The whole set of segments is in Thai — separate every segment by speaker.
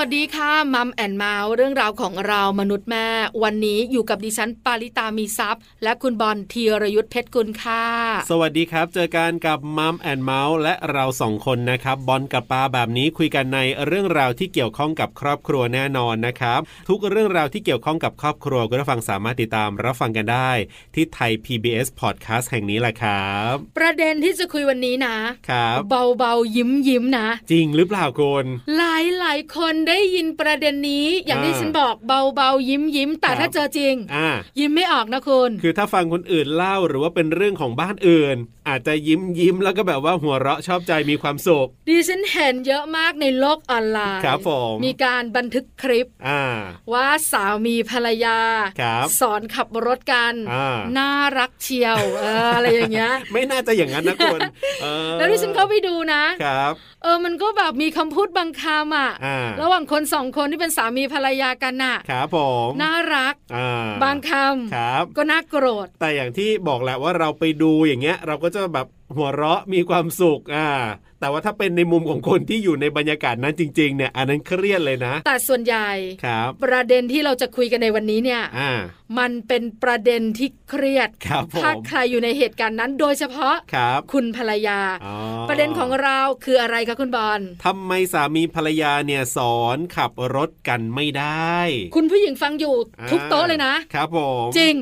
Speaker 1: สวัสดีค่ะมัมแอนเมาส์เรื่องราวของเรามนุษย์แม่ วันนี้อยู่กับดิฉันปาริตามีซัพย์ และคุณบอลธีรยุทธเพชรกุลค่ะ
Speaker 2: สวัสดีครับ เจอกันกับมัมแอนเมาส์และเราสองคนนะครับ บอลกับปาแบบนี้คุยกันในเรื่องราวที่เกี่ยวข้องกับครอบครัวแน่นอนนะครับ ทุกเรื่องราวที่เกี่ยวข้องกับครอบครัวคุณผู้ฟังสามารถติดตามรับฟังกันได้ ที่ไทย PBS Podcast แห่งนี้แหละครับ
Speaker 1: ประเด็นที่จะคุยวันนี้นะ
Speaker 2: ครับ
Speaker 1: เบาๆยิ้มยิ้มๆนะ
Speaker 2: จริงหรือเปล่าคุณ
Speaker 1: หลายหลายๆคนได้ยินประเด็นนี้ อย่าง
Speaker 2: อ่า
Speaker 1: ที่ฉันบอกเบาๆยิ้มยิ้มๆแต่
Speaker 2: ครับ
Speaker 1: ถ้าเจอจริง
Speaker 2: อ่า
Speaker 1: ยิ้มไม่ออกนะคุณ
Speaker 2: คือถ้าฟังคนอื่นเล่าหรือว่าเป็นเรื่องของบ้านอื่น อาจจะยิ้มยิ้มแล้วก็แบบว่าหัวเราะชอบใจมีความสุข
Speaker 1: ดิฉันเห็นเยอะมากในโลกออนไลน์
Speaker 2: ครับผม
Speaker 1: มีการบันทึกคลิป
Speaker 2: อ่า
Speaker 1: ว่าสามีภรรยา
Speaker 2: ครับ
Speaker 1: สอนขับรถกัน
Speaker 2: อ่า
Speaker 1: น่ารักเชียวเอออะไรอย่างเงี้ย
Speaker 2: ไม่น่าจะอย่างนั้นนะคุณเออ
Speaker 1: แล้วที่ฉันเข้าไปดูนะ
Speaker 2: ครับ
Speaker 1: เออมันก็แบบมีคำพูดบางคำอ่ะ
Speaker 2: อ่า
Speaker 1: ระหว่างคนสองคนที่เป็นสามีภรรยากันน่ะ
Speaker 2: ครับผม
Speaker 1: น่ารัก
Speaker 2: อ่า
Speaker 1: บางค
Speaker 2: ครับ
Speaker 1: ำก็น่าโกรธ
Speaker 2: แต่อย่างที่บอกแหละว่าเราไปดูอย่างเงี้ย เราก็จะแบบหัวเราะมีความสุขอ่า แต่ว่าถ้าเป็นในมุมของคนที่อยู่ในบรรยากาศนั้นจริง ๆ เนี่ย อันนั้นเครียดเลยนะ
Speaker 1: แต่ส่วนใหญ่
Speaker 2: ครับ
Speaker 1: ประเด็นที่เราจะคุยกันในวันนี้เนี่ย
Speaker 2: อ่า
Speaker 1: มันเป็นประเด็นที่เครียด
Speaker 2: ครับผม
Speaker 1: ถ้าใครอยู่ในเหตุการณ์นั้น โดยเฉพาะ
Speaker 2: ครับ
Speaker 1: คุณภรรยา
Speaker 2: อ๋อ
Speaker 1: ประเด็นของเราคืออะไรคะคุณบอล
Speaker 2: ทำไมสามีภรรยาเนี่ยสอนขับรถกันไม่ได้
Speaker 1: คุณผู้หญิงฟังอยู่
Speaker 2: อ่า
Speaker 1: ทุกโต๊ะเลยนะ
Speaker 2: ครับผม
Speaker 1: จริง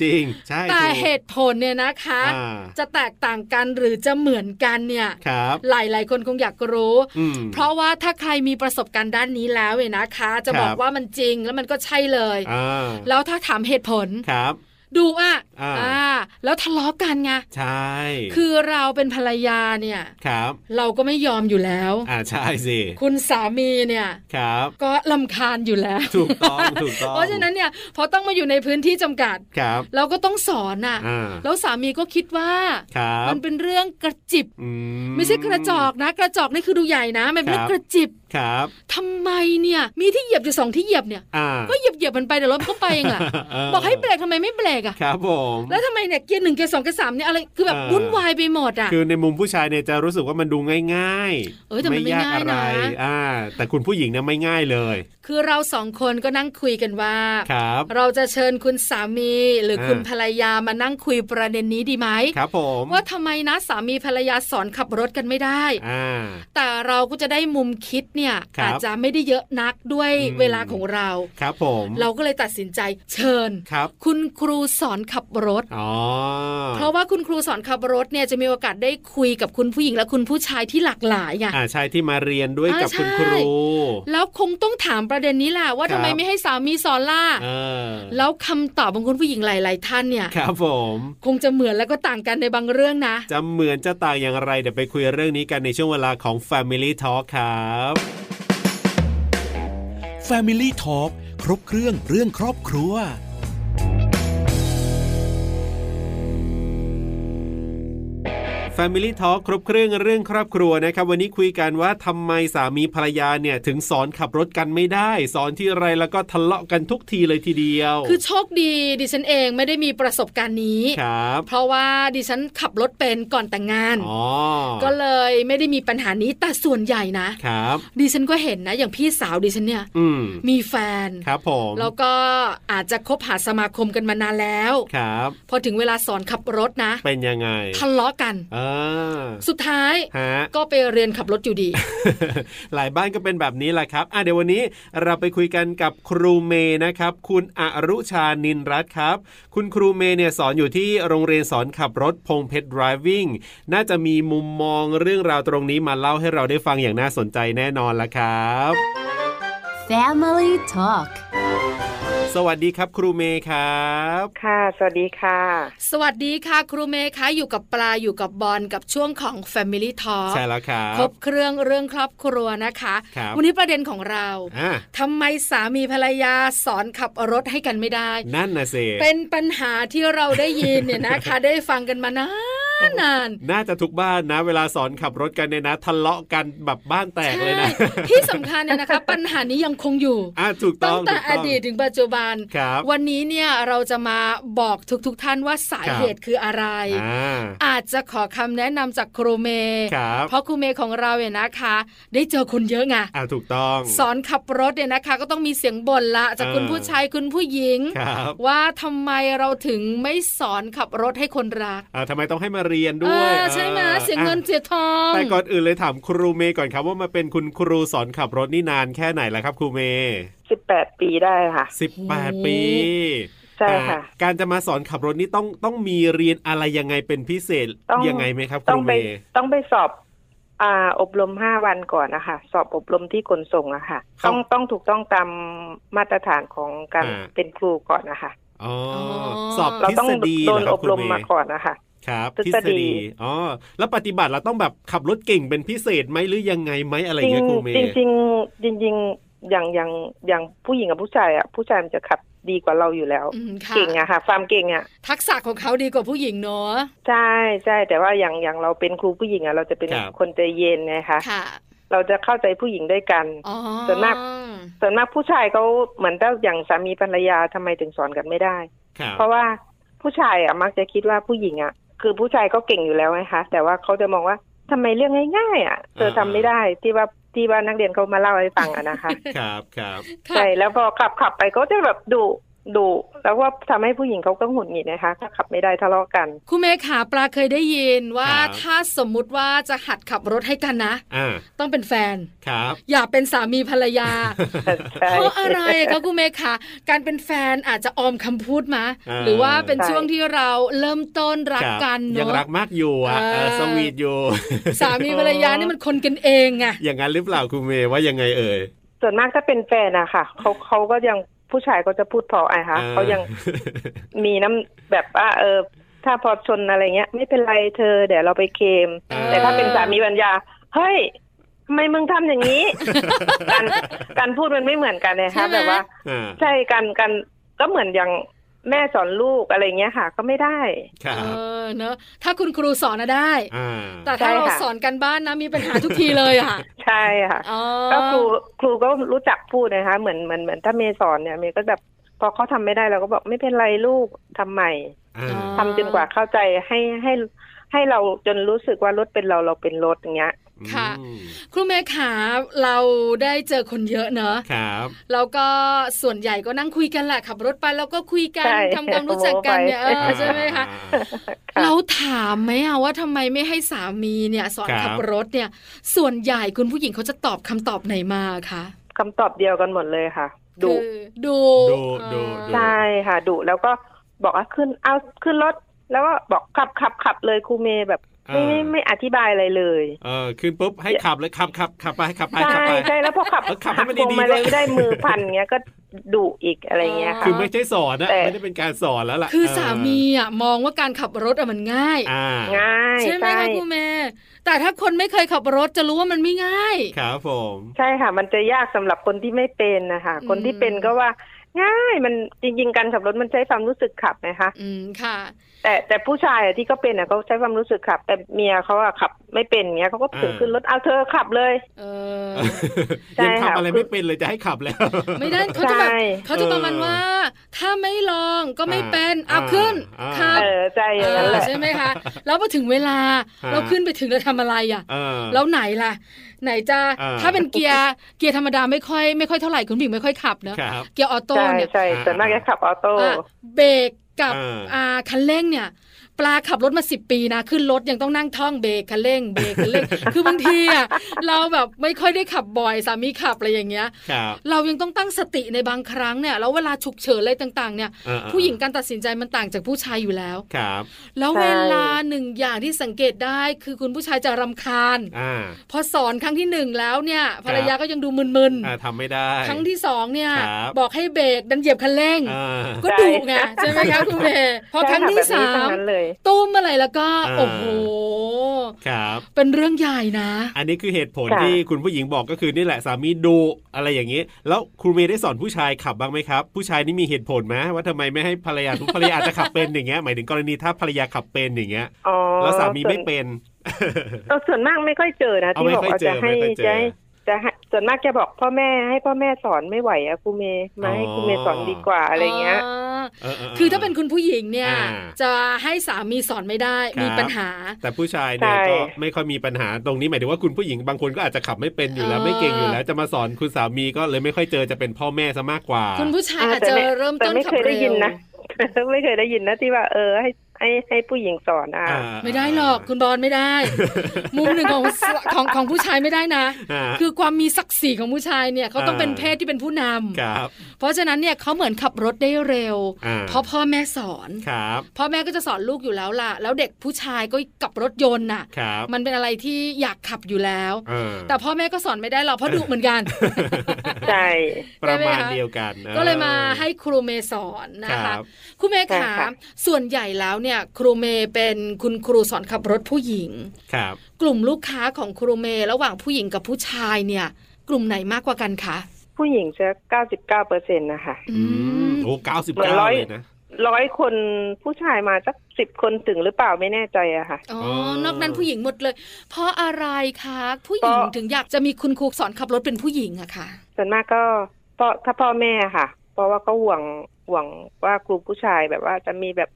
Speaker 2: จริง ใช่
Speaker 1: แต่
Speaker 2: ถูก
Speaker 1: เหตุผลเนี่ยนะคะ
Speaker 2: อ่า
Speaker 1: จะแตกต่างกันหรือจะเหมือนกันเนี่ย
Speaker 2: ครับ
Speaker 1: หลายหลายๆคนคงอยากรู้
Speaker 2: อืม
Speaker 1: เพราะว่าถ้าใครมีประสบการณ์ด้านนี้แล้วเนี่ยนะคะ จะบอก
Speaker 2: ครับ
Speaker 1: ว่ามันจริงแล้วมันก็ใช่เลย
Speaker 2: อ่า
Speaker 1: แล้วถ้าถามเหตุผล
Speaker 2: ครับ
Speaker 1: ดูอ่ะ
Speaker 2: อ่า
Speaker 1: แล้วทะเลาะกันไง
Speaker 2: ใช่
Speaker 1: คือเราเป็นภรรยาเนี่ย
Speaker 2: ครับ
Speaker 1: เราก็ไม่ยอมอยู่แล้ว
Speaker 2: อ่าใช่สิ
Speaker 1: คุณสามีเนี่ย
Speaker 2: ครับ
Speaker 1: ก็ลำคาญอยู่แล้ว
Speaker 2: ถูกต้องถูกต้อง
Speaker 1: เพราะฉะนั้นเนี่ยพอต้องมาอยู่ในพื้นที่จำกัด
Speaker 2: ครับ
Speaker 1: เราก็ต้องสอนน่ะ
Speaker 2: อ่า
Speaker 1: แล้วสามีก็คิดว่า
Speaker 2: ครับ
Speaker 1: มันเป็นเรื่องกระจิบ
Speaker 2: อื
Speaker 1: ไม่ใช่กระจอกนะ กระจอกนี่คือดูใหญ่นะมันเป็นเรื่อง
Speaker 2: ครับ
Speaker 1: กระจิบ
Speaker 2: ครับ
Speaker 1: ทำไมเนี่ย มีที่เหยียบอยู่สองที่เหยียบเนี่ย
Speaker 2: อ่า
Speaker 1: ก็เหยียบเหยียบมันไปเดี๋ยวรถมันก็ไปเองอะ
Speaker 2: เ
Speaker 1: บอกให้เบรกทำไมไม่เบรกอะ
Speaker 2: ครับผม
Speaker 1: แล้วทำไมเนี่ยเกียร์หนึ่งเกียร์สองเกียร์สามเนี่ยอะไรคือแบบ
Speaker 2: เออ
Speaker 1: วุ่นวายไปหมดอะ
Speaker 2: คือในมุมผู้ชายเนี่ยจะรู้สึกว่ามันดูง่ายๆ
Speaker 1: เอ้ยแต่มันไม่
Speaker 2: ยาก
Speaker 1: ง่าย
Speaker 2: อะ
Speaker 1: น
Speaker 2: ไร
Speaker 1: ะ
Speaker 2: อ่า แต่คุณผู้หญิงเนี่ยไม่ง่ายเลย
Speaker 1: คือเราสองคนก็นั่งคุยกันว่า
Speaker 2: ครับ
Speaker 1: เราจะเชิญคุณสามีหรือ
Speaker 2: เออ
Speaker 1: คุณภรรยามานั่งคุยประเด็นนี้ดีไหม
Speaker 2: ครับผม
Speaker 1: ว่าทำไมนะสามีภรรยาสอนขับรถกันไม่ได้
Speaker 2: อ่า
Speaker 1: แต่เราก็จะได้มุมคิดเนี่ย
Speaker 2: ครับ
Speaker 1: อาจจะไม่ได้เยอะนักด้วย
Speaker 2: อืม
Speaker 1: เวลาของเรา
Speaker 2: ครับผม
Speaker 1: เราก็เลยตัดสินใจเชิญ
Speaker 2: ครับ
Speaker 1: คุณครูสอนขับรถ
Speaker 2: อ๋อ
Speaker 1: เพราะว่าคุณครูสอนขับรถเนี่ยจะมีโอกาสได้คุยกับคุณผู้หญิงและคุณผู้ชายที่หลากหลายไง
Speaker 2: อ่าใช่ที่มาเรียนด้วย
Speaker 1: อ่า
Speaker 2: กับคุณ
Speaker 1: ใช่
Speaker 2: ครู
Speaker 1: แล้วคงต้องถามประเด็นนี้แหละว่า
Speaker 2: ครั
Speaker 1: ทำ
Speaker 2: บ
Speaker 1: ไมไม่ให้สามีสอนล่ะ
Speaker 2: เออ
Speaker 1: แล้วคำตอบของคุณผู้หญิงหลาย ๆ ท่านเนี่ย
Speaker 2: ครับผม
Speaker 1: คงจะเหมือนแล้วก็ต่างกันในบางเรื่องนะ
Speaker 2: จะเหมือนจะต่างอย่างไร เดี๋ยวไปคุยเรื่องนี้กันในช่วงเวลาของ Family Talk ครับ
Speaker 3: Family Talk ครบเครื่องเรื่องครอบครัว
Speaker 2: Family Talk ครบเครื่องเรื่องครอบครัวนะครับ วันนี้คุยกันว่าทำไมสามีภรรยาเนี่ย ถึงสอนขับรถกันไม่ได้ สอนที่ไรแล้วก็ทะเลาะกันทุกทีเลยทีเดียว
Speaker 1: คือโชคดีดิฉันเองไม่ได้มีประสบการณ์นี้
Speaker 2: ครับ
Speaker 1: เพราะว่าดิฉันขับรถเป็นก่อนแต่งงาน
Speaker 2: อ๋อ
Speaker 1: ก็เลยไม่ได้มีปัญหานี้แต่ส่วนใหญ่นะ
Speaker 2: ครับ
Speaker 1: ดิฉันก็เห็นนะ อย่างพี่สาวดิฉันเนี่ย
Speaker 2: อืม
Speaker 1: มีแฟน
Speaker 2: ครับผม
Speaker 1: แล้วก็อาจจะคบหาสมาคมกันมานานแล้ว
Speaker 2: ครับ
Speaker 1: พอถึงเวลาสอนขับรถนะ
Speaker 2: เป็นยังไง
Speaker 1: ทะเลาะกัน
Speaker 2: เออ
Speaker 1: สุดท้าย
Speaker 2: ฮะ
Speaker 1: ก็ไปเรียนขับรถอยู่ดี
Speaker 2: หลายบ้านก็เป็นแบบนี้แหละครับอ่ะเดี๋ยววันนี้เราไปคุยกันกับครูเมย์นะครับ คุณอรุชานินรัตน์ครับ คุณครูเมย์เนี่ยสอนอยู่ที่โรงเรียนสอนขับรถพงเพชร driving น่าจะมีมุมมองเรื่องราวตรงนี้มาเล่าให้เราได้ฟังอย่างน่าสนใจแน่นอนละครับ
Speaker 4: Family Talk
Speaker 2: สวัสดีครับครูเมย์ครับ
Speaker 5: ค่ะ สวัสดีค่ะ
Speaker 1: สวัสดีค่ะครูเมย์คะอยู่กับปลาอยู่กับบอลกับช่วงของ Family Talk
Speaker 2: ใช่แล้วครั
Speaker 1: คร
Speaker 2: บ
Speaker 1: บเครื่องเรื่องครอบครัวนะคะ
Speaker 2: ครับ
Speaker 1: วันนี้ประเด็นของเรา
Speaker 2: อ่ะ
Speaker 1: ทำไมสามีภรรยาสอนขับรถให้กันไม่ได้
Speaker 2: นั่นนะเซ
Speaker 1: เป็นปัญหาที่เราได้ยินเนี่ยนะคะ ได้ฟังกันมานาน นนาน
Speaker 2: น่าจะทุกบ้านนะ เวลาสอนขับรถกันเนี่ยนะทะเลาะกันแบบบ้านแตกเลยนะ
Speaker 1: ใช่ที่สำคัญเนี่ยนะคะ ปัญหานี้ยังคงอยู่
Speaker 2: อ่ะถูกต้
Speaker 1: ตั้
Speaker 2: อง ง
Speaker 1: แต่
Speaker 2: ถูก
Speaker 1: อ
Speaker 2: ต้อง
Speaker 1: ดีตถึงปัจจุบัน
Speaker 2: ครับ
Speaker 1: วันนี้เนี่ยเราจะมาบอกทุกๆทท่านว่าสา
Speaker 2: ครับ
Speaker 1: เหตุคืออะไร
Speaker 2: อ่า
Speaker 1: อาจจะขอคำแนะนำจากครูเมย์
Speaker 2: ครับ
Speaker 1: เพราะครูเมย์ของเราเนี่ยนะคะ ได้เจอคนเยอะไง
Speaker 2: อ่ะถูกต้อง
Speaker 1: สอนขับรถเนี่ยนะคะ ก็ต้องมีเสียงบ่นละจาก
Speaker 2: เออ
Speaker 1: คุณผู้ชายคุณผู้หญิง
Speaker 2: ครับ
Speaker 1: ว่าทำไมเราถึงไม่สอนขับรถให้คนรัก
Speaker 2: อ่าทำไมต้องให้มาเรียน
Speaker 1: เอ
Speaker 2: ด้วย
Speaker 1: อใช่ไหม
Speaker 2: อ่า
Speaker 1: เสียเงิน
Speaker 2: อ่ะ
Speaker 1: เสียทอง
Speaker 2: แต่ก่อนอื่นเลยถามครูเมย์ก่อนครับว่ามาเป็นคุณครูสอนขับรถนี่นานแค่ไหนแล้วครับ ครูเมย์
Speaker 5: สิบแปดปีได้ค่ะ
Speaker 2: 18 ปี
Speaker 5: ใช่ค่ะ
Speaker 2: อ่การจะมาสอนขับรถนี่ต้องต้องมีเรียนอะไรยังไงเป็นพิเศษ
Speaker 5: ต้อง
Speaker 2: ยังไงไหมครับค
Speaker 5: ต้อ
Speaker 2: รู
Speaker 5: ง
Speaker 2: เม
Speaker 5: ไป
Speaker 2: ย์
Speaker 5: ต้องไปสอบอ่าอบรมห้าวันก่อนนะคะสอบอบรมที่ขนส่งอะค่ะ ต้องต้องถูกต้องตามมาตรฐานของการเป็นครูก่อนนะคะ
Speaker 2: อ๋อสอบ
Speaker 5: เรา
Speaker 2: ทฤ
Speaker 5: ต้อง
Speaker 2: ษฎี
Speaker 5: โด
Speaker 2: เหรค
Speaker 5: น
Speaker 2: รั
Speaker 5: อ
Speaker 2: บบ ครู
Speaker 5: รม
Speaker 2: เม
Speaker 5: มา
Speaker 2: ย์
Speaker 5: ก่อนนะคะ
Speaker 2: ครับ
Speaker 5: ทฤ
Speaker 2: ทฤ
Speaker 5: ษฎี
Speaker 2: ษฎีอ๋อแล้วปฏิบัติเราต้องแบบขับรถเก่งเป็นพิเศษไหมหรือยังไงไหมอะไรอ
Speaker 5: จ
Speaker 2: ย่า
Speaker 5: ริ
Speaker 2: ง
Speaker 5: ง
Speaker 2: เงี้ยครูเมย์
Speaker 5: จริงจริงจริงจริงอย่างอย่างอย่างผู้หญิงกับผู้ชายอะผู้ชายมันจะขับดีกว่าเราอยู่แล้ว
Speaker 1: อืมค่ะ
Speaker 5: เก่งอะค่ะ ความเก่งอะ
Speaker 1: ทักษะของเขาดีกว่าผู้หญิงเนอะ
Speaker 5: ใช่ใช่แต่ว่าอย่างอย่างเราเป็นครูผู้หญิงอะเราจะเป็น
Speaker 2: ครับ
Speaker 5: คนใจเย็นนะคะ
Speaker 1: ค่ะ
Speaker 5: เราจะเข้าใจผู้หญิงด้วยกัน
Speaker 1: อ๋อ
Speaker 5: ส่วนมาก ส่วนมากผู้ชายเขาเหมือนถ้าอย่างสามีภรรยาทำไมถึงสอนกันไม่ได้
Speaker 2: ครับ
Speaker 5: เพราะว่าผู้ชายอ่ะมักจะคิดว่าผู้หญิงอ่ะ คือผู้ชายก็เก่งอยู่แล้วไงคะแต่ว่าเขาจะมองว่าทำไมเรื่องง่ายๆอ่ะเธอทำไม่ได้ที่ว่าที่ว่านักเรียนเขามาเล่าให้ฟังอ่ะ นะคะ
Speaker 2: ครับครับ
Speaker 1: ค่ะ
Speaker 5: ใช่แล้วพอขับขับไปเขาจะแบบดุดุแล้วว่าทำให้ผู้หญิงเขาก็หงุดหงิดนะคะถ้าขับไม่ได้ทะเลาะกัน
Speaker 1: คุณเมย์ขาปลาเคยได้ยินว่า
Speaker 2: ครับ
Speaker 1: ถ้าสมมุติว่าจะหัดขับรถให้กันนะ
Speaker 2: อ่า
Speaker 1: ต้องเป็นแฟน
Speaker 2: ครับ
Speaker 1: อย่าเป็นสามีภรรยา
Speaker 5: ใช่
Speaker 1: เพราะอะไรคะคุณเมย์คะการเป็นแฟนอาจจะออมคำพูดมา
Speaker 2: อ่า
Speaker 1: หรือว่าเป็น
Speaker 5: ใช่
Speaker 1: ช่วงที่เราเริ่มต้นรัก
Speaker 2: ครับ
Speaker 1: กัน
Speaker 2: ยัง
Speaker 1: เนาะ
Speaker 2: รักมากอยู่อ่ะ
Speaker 1: เออ
Speaker 2: เออสวีทอยู่
Speaker 1: สามีภรรยานี่มันคนกันเองไง
Speaker 2: อย่างนั้นหรือเปล่าครูเมย์ว่ายังไงเอ่ย
Speaker 5: ส่วนมากถ้าเป็นแฟนอะค่ะเขาเขาก็ยังผู้ชายก็จะพูดเพอไอะคะ
Speaker 2: อ่า
Speaker 5: เขายัง มีน้ำแบบว่าเออ ถ้าพอชนอะไรเงี้ย ไม่เป็นไรเธอเดี๋ยวเราไปเคลม
Speaker 2: เออ
Speaker 5: แต่ถ้าเป็นสามีปัญญา เฮ้ยทำไมมึงทำอย่างนี้ การการพูดมันไม่เหมือนกันนะคะแบบว่า
Speaker 2: อ่า
Speaker 5: ใช่กันกันก็เหมือนอย่างแม่สอนลูกอะไรเงี้ยค่ะ ก็ไม่ได้
Speaker 2: ครั
Speaker 1: เอบ อเนอะถ้าคุณครูสอนนะได้
Speaker 2: อ่า
Speaker 1: แต่ถ้า
Speaker 5: ใช่
Speaker 1: เรา
Speaker 5: ค่ะ
Speaker 1: สอนกันบ้านนะมีปัญหาทุกทีเลย อ่ะ
Speaker 5: ใช่ค่ะ
Speaker 1: อ๋อ
Speaker 5: ก็ครูครูก็รู้จักพูดนะคะเหมือนเหมือนเหมือนถ้าเมย์สอนเนี่ยเมย์ก็แบบพอเขาทำไม่ได้เราก็บอกไม่เป็นไรลูกทำใหม่
Speaker 2: อ่า
Speaker 5: ทำจนกว่าเข้าใจให้ให้ให้เราจนรู้สึกว่ารถเป็นเราเราเป็นรถอย่างเงี้ย
Speaker 1: ค่ะ
Speaker 2: อืม
Speaker 1: ครูเมย์ขาเราได้เจอคนเยอะเนอะ
Speaker 2: ครับ
Speaker 1: แล้วก็ส่วนใหญ่ก็นั่งคุยกันแหละขับรถไปแล้วก็คุยกัน
Speaker 5: ใช่
Speaker 1: ทำความรู้จักกันเนี่ยเอ
Speaker 5: โอ้
Speaker 1: อ
Speaker 5: โหไป
Speaker 1: ใช่ไหมคะ
Speaker 2: อ่า
Speaker 5: ค่ะ
Speaker 1: เราถามไหมอะว่าทำไมไม่ให้สามีเนี่ย สอน
Speaker 2: ครับ
Speaker 1: ขับรถเนี่ย ส่วนใหญ่คุณผู้หญิงเขาจะตอบคำตอบไหนมาคะ
Speaker 5: คำตอบเดียวกันหมดเลยค่ะดุ
Speaker 1: คือดุ
Speaker 2: ดุดุดุ
Speaker 1: อ่า
Speaker 5: ใช่ค่ะดุแล้วก็บอกว่าขึ้นเอาขึ้นรถ แล้วก็บอกขับขับขับเลยครูเมย์แบบ
Speaker 2: อ่า
Speaker 5: ไม่ไม่ไม่อธิบายอะไรเลย
Speaker 2: เออขึ้นปุ๊บให้ขับเลยขับขับขับไปขับไปขั
Speaker 5: ใช่
Speaker 2: บไป
Speaker 5: ใช่แล้วพอขับ
Speaker 2: เออขับให้
Speaker 5: หั
Speaker 2: มัน
Speaker 5: พวง
Speaker 2: ดีๆ
Speaker 5: มา
Speaker 2: ด้
Speaker 5: เล
Speaker 2: วย
Speaker 5: ยไม่ได้มือพันเงี้ยก็ดุอีกอะไรเงี้ยค่ะ
Speaker 2: คือไม่ใช่สอนนะ
Speaker 5: แต่
Speaker 2: ไม่ได้เป็นการสอนแล้วล่ะ
Speaker 1: คือสามีอะมองว่าการขับรถอะมันง่าย
Speaker 2: อ่า
Speaker 5: ง่าย
Speaker 1: ใช่ไหม
Speaker 5: ใช่
Speaker 1: คะครูเมย์แต่ถ้าคนไม่เคยขับรถจะรู้ว่ามันไม่ง่าย
Speaker 2: ครับผม
Speaker 5: ใช่ค่ะ มันจะยากสำหรับคนที่ไม่เป็นนะคะคนที่เป็นก็ว่าง่ายมันจริง ๆ การขับรถมันใช้ความรู้สึกขับนะคะ
Speaker 1: อืมค่ะ
Speaker 5: แต่แต่ผู้ชายอะที่เขาเป็นอะเขาใช้ความรู้สึกขับ แต่เมียเขาอะขับไม่เป็นเงี้ยเขาก็ถึงขึ้นรถเอาเธอขับเลย
Speaker 1: เออ
Speaker 5: ใช่
Speaker 2: ยัง
Speaker 5: ค่ะ
Speaker 2: ทำอะไร
Speaker 5: คือ
Speaker 2: ไม่เป็นเลยจะให้ขับแล้ว
Speaker 1: ไม่ได้เขาจะแบบ
Speaker 5: ใช่
Speaker 1: เขาจะประมาณว่า ถ้าไม่ลองก็ไม่เป็น
Speaker 2: อ่า
Speaker 1: เอาขึ้น
Speaker 2: อ่า
Speaker 1: ครับ
Speaker 5: เออใจอย่างนั้นแหละ
Speaker 1: ใช่ไหม คะแล้วพอถึงเวลา
Speaker 2: ฮะ
Speaker 1: เราขึ้นไปถึงเราทำอะไรอ่ะ
Speaker 2: เออ
Speaker 1: แล้วไหนล่ะ ไหนจะ
Speaker 2: อ่า
Speaker 1: ถ้าเป็นเกียร์เกียร์ธรรมดาไม่ค่อยไม่ค่อยเท่าไหร่คุณผิงไม่ค่อยขับเนอะ
Speaker 2: ครับ
Speaker 1: เกียร์ออโต้
Speaker 5: ใช่
Speaker 1: เนี่ย
Speaker 5: ใช่ส่วนมากจะขับออโต้
Speaker 1: อ่ะเบรกกับ
Speaker 2: อ่า
Speaker 1: อ่าคันเร่งเนี่ย ปลาขับรถมาสิปีนะขึ้นรถยังต้องนั่งท่องเบรกคันเร่งเบรกคันเร่ง คือบางทีอ่ะเราแบบไม่ค่อยได้ขับบ่อยสามีขับอะไรอย่างเงี้ย
Speaker 2: ครับ
Speaker 1: เรายังต้องตั้งสติในบางครั้งเนี่ยแล้วเวลาฉุกเฉินอะไรต่างๆเนี่ย
Speaker 2: เออเออ
Speaker 1: ผู้หญิงการตัดสินใจมันต่างจากผู้ชายอยู่แล้ว
Speaker 2: ครับ
Speaker 1: แล้วเวลาหนึ่งอย่างที่สังเกตได้คือคุณผู้ชายจะรำคาญ
Speaker 2: อ่า
Speaker 1: พอสอนครั้งที่หนึ่งแล้วเนี่ยภรรยาก็ยังดูมึน
Speaker 2: อ่าทำไม่ได้
Speaker 1: ๆ ครั้งที่สองเนี่ย
Speaker 2: ครับ
Speaker 1: บอกให้เบรกดันเหยียบคันเร่ง
Speaker 2: อ่า
Speaker 1: ก็ดุไงใช่ไหมคะคุณเมย์พอ
Speaker 5: ใช่
Speaker 1: ครั้ง
Speaker 5: ค่ะ
Speaker 1: ที่
Speaker 5: แบบนี้
Speaker 1: สา
Speaker 5: ทั้
Speaker 1: ม
Speaker 5: งนั้นเลย
Speaker 1: ตุ้มอะไรแล้วก็
Speaker 2: อ่า
Speaker 1: โอ้โห
Speaker 2: ครับ
Speaker 1: เป็นเรื่องใหญ่นะ
Speaker 2: อันนี้คือเหตุผล
Speaker 5: ค่ะ
Speaker 2: ที่คุณผู้หญิงบอกก็คือนี่แหละสามีดุอะไรอย่างนี้ แล้วครูเมย์ได้สอนผู้ชายขับบ้างไหมครับ ผู้ชายนี่มีเหตุผลไหมว่าทำไมไม่ให้ภรรยาทุกภรรยาอาจจะขับเป็นอย่างเงี้ยหมายถึงกรณีถ้าภรรยาขับเป็นอย่างเงี้ย
Speaker 5: อ๋อ
Speaker 2: แล้วสามีไม่
Speaker 5: วน
Speaker 2: เป็น
Speaker 5: เออส่วนมากไม่ค่อยเจอนะ
Speaker 2: เอา
Speaker 5: ที่
Speaker 2: ไม่
Speaker 5: บอก
Speaker 2: ค่อย
Speaker 5: ว่า
Speaker 2: เจ
Speaker 5: จะ
Speaker 2: อ
Speaker 5: ให้
Speaker 2: ไม่ค่อยเจอ
Speaker 5: จะให้จะให้ส่วนมากจะบอกพ่อแม่ให้พ่อแม่สอนไม่ไหวอะครูเมย์มาให้
Speaker 2: อ๋อ
Speaker 5: ครูเมย์สอนดีกว่าอะไรเงี้ย
Speaker 2: เเ
Speaker 1: คือถ้าเป็นคุณผู้หญิงเนี่ย
Speaker 2: อ่า
Speaker 1: จะให้สามีสอนไม่ได้
Speaker 2: ครับ
Speaker 1: มีปัญหา
Speaker 2: แต่ผู้ชายเนี่ย
Speaker 5: ใช่
Speaker 2: ก็ไม่ค่อยมีปัญหาตรงนี้หมายถึงว่าคุณผู้หญิงบางคนก็อาจจะขับไม่เป็นอยู่แล้ว
Speaker 1: เออ
Speaker 2: ไม่เก่งอยู่แล้วจะมาสอนคุณสามีก็เลยไม่ค่อยเจอจะเป็นพ่อแม่ซะมากกว่า
Speaker 1: คุณผู้ชาย
Speaker 5: อ่า
Speaker 1: อาจจะ
Speaker 5: แต่ไม่
Speaker 1: เริ่ม
Speaker 5: แต่
Speaker 1: ต้น
Speaker 5: ไม่
Speaker 1: ขับ
Speaker 5: เคยได้
Speaker 1: เร็
Speaker 5: ยิ
Speaker 1: ว
Speaker 5: นนะ ไม่เคยได้ยินนะที่ว่าเออให้ให้ให้ผู้หญิงสอนอ่ะ
Speaker 2: อ่า
Speaker 1: ไม่ได้หรอกคุณบอลไม่ได้ มุมหนึ่งของของของผู้ชายไม่ได้นะ
Speaker 2: า
Speaker 1: คือความมีศักดิ์ศรีของผู้ชายเนี่ยเขาต้อง
Speaker 2: อ่า
Speaker 1: เป็นเพศที่เป็นผู้นำ
Speaker 2: ครับ
Speaker 1: เพราะฉะนั้นเนี่ยเขาเหมือนขับรถได้เร็ว
Speaker 2: อ่า
Speaker 1: เพราะพ่อแม่สอน
Speaker 2: ครับ
Speaker 1: พ่อแม่ก็จะสอนลูกอยู่แล้วล่ะ แล้วเด็กผู้ชายก็กับรถยนต์น่ะ
Speaker 2: ครับ
Speaker 1: มันเป็นอะไรที่อยากขับอยู่แล้ว
Speaker 2: เออ
Speaker 1: แต่พ่อแม่ก็สอนไม่ได้หรอกเพราะดุเหมือนกัน
Speaker 5: ใช่
Speaker 2: ประมาณเดียวกันออ
Speaker 1: ก็เลยมาให้ครูเมย์สอนนะ
Speaker 2: ครั
Speaker 1: คะ
Speaker 2: บ
Speaker 1: ครูเมย์
Speaker 5: ใช่
Speaker 1: ขา
Speaker 5: ค่ะ
Speaker 1: ส่วนใหญ่แล้วเนี่ย ครูเมย์เป็นคุณครูสอนขับรถผู้หญิง
Speaker 2: ครับ
Speaker 1: กลุ่มลูกค้าของครูเมย์ระหว่างผู้หญิงกับผู้ชายเนี่ย กลุ่มไหนมากกว่ากันคะ
Speaker 5: ผู้หญิงจะ99เปอร์เซ็นต์นะคะ
Speaker 1: อื
Speaker 2: อืม
Speaker 1: ม
Speaker 2: โอ้เก้าสิบ
Speaker 5: เหมือน
Speaker 2: เก้า
Speaker 5: ร้อย
Speaker 2: เลยนะ
Speaker 5: ร้อยคนผู้ชายมาสักสิบคนถึงหรือเปล่าไม่แน่ใจอะค่ะ
Speaker 1: อ๋อ
Speaker 2: เออ
Speaker 1: นอกนั้นผู้หญิงหมดเลย เพราะอะไรคะผู้หญิง
Speaker 5: ก็
Speaker 1: ถึงอยากจะมีคุณครูสอนขับรถเป็นผู้หญิงอะค่ะ
Speaker 5: ส่วนมากก็เพราะถ้าพ่อแม่ค่ะ เพราะว่าก็ห่วงห่วงว่าครูผู้ชายแบบว่าจะมีแบบ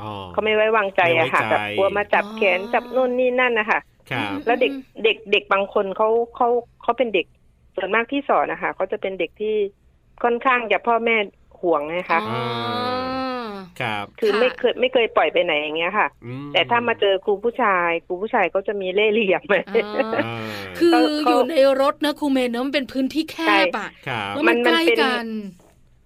Speaker 2: อ๋อ
Speaker 5: เขาไม่ไว้วางใจอะค่ะ
Speaker 2: ไม่ไว้ใจ
Speaker 5: แบบกลัวมาจับ
Speaker 1: อ๋อ
Speaker 5: แขนจับนู่นนี่นั่นนะคะ
Speaker 2: ครับ
Speaker 5: แล้วเด็กเด็กเด็กบางคนเขาเขาเขาเป็นเด็ก ส่วนมากที่สอนนะคะเขาจะเป็นเด็กที่ค่อนข้างจะพ่อแม่ห่วงนะคะ
Speaker 1: อ๋อ
Speaker 2: ครับ
Speaker 5: คือ
Speaker 1: ค่ะ
Speaker 5: ไม่เคยไม่เคยปล่อยไปไหนอย่างเงี้ยค่ะ
Speaker 2: อืม
Speaker 5: แต่ถ้ามาเจอครูผู้ชายครูผู้ชายก็จะมีเล่ห์เหลี่ยม
Speaker 1: อ่า
Speaker 2: อ่า
Speaker 1: คือ
Speaker 5: ก็
Speaker 1: อยู่ในรถนะครูเมย์เนอะมันเป็นพื้นที่แคบอะ
Speaker 2: ครับ
Speaker 1: แล้วมัน
Speaker 5: มั
Speaker 1: ใก
Speaker 5: น
Speaker 1: ล้
Speaker 5: เป็น
Speaker 1: กัน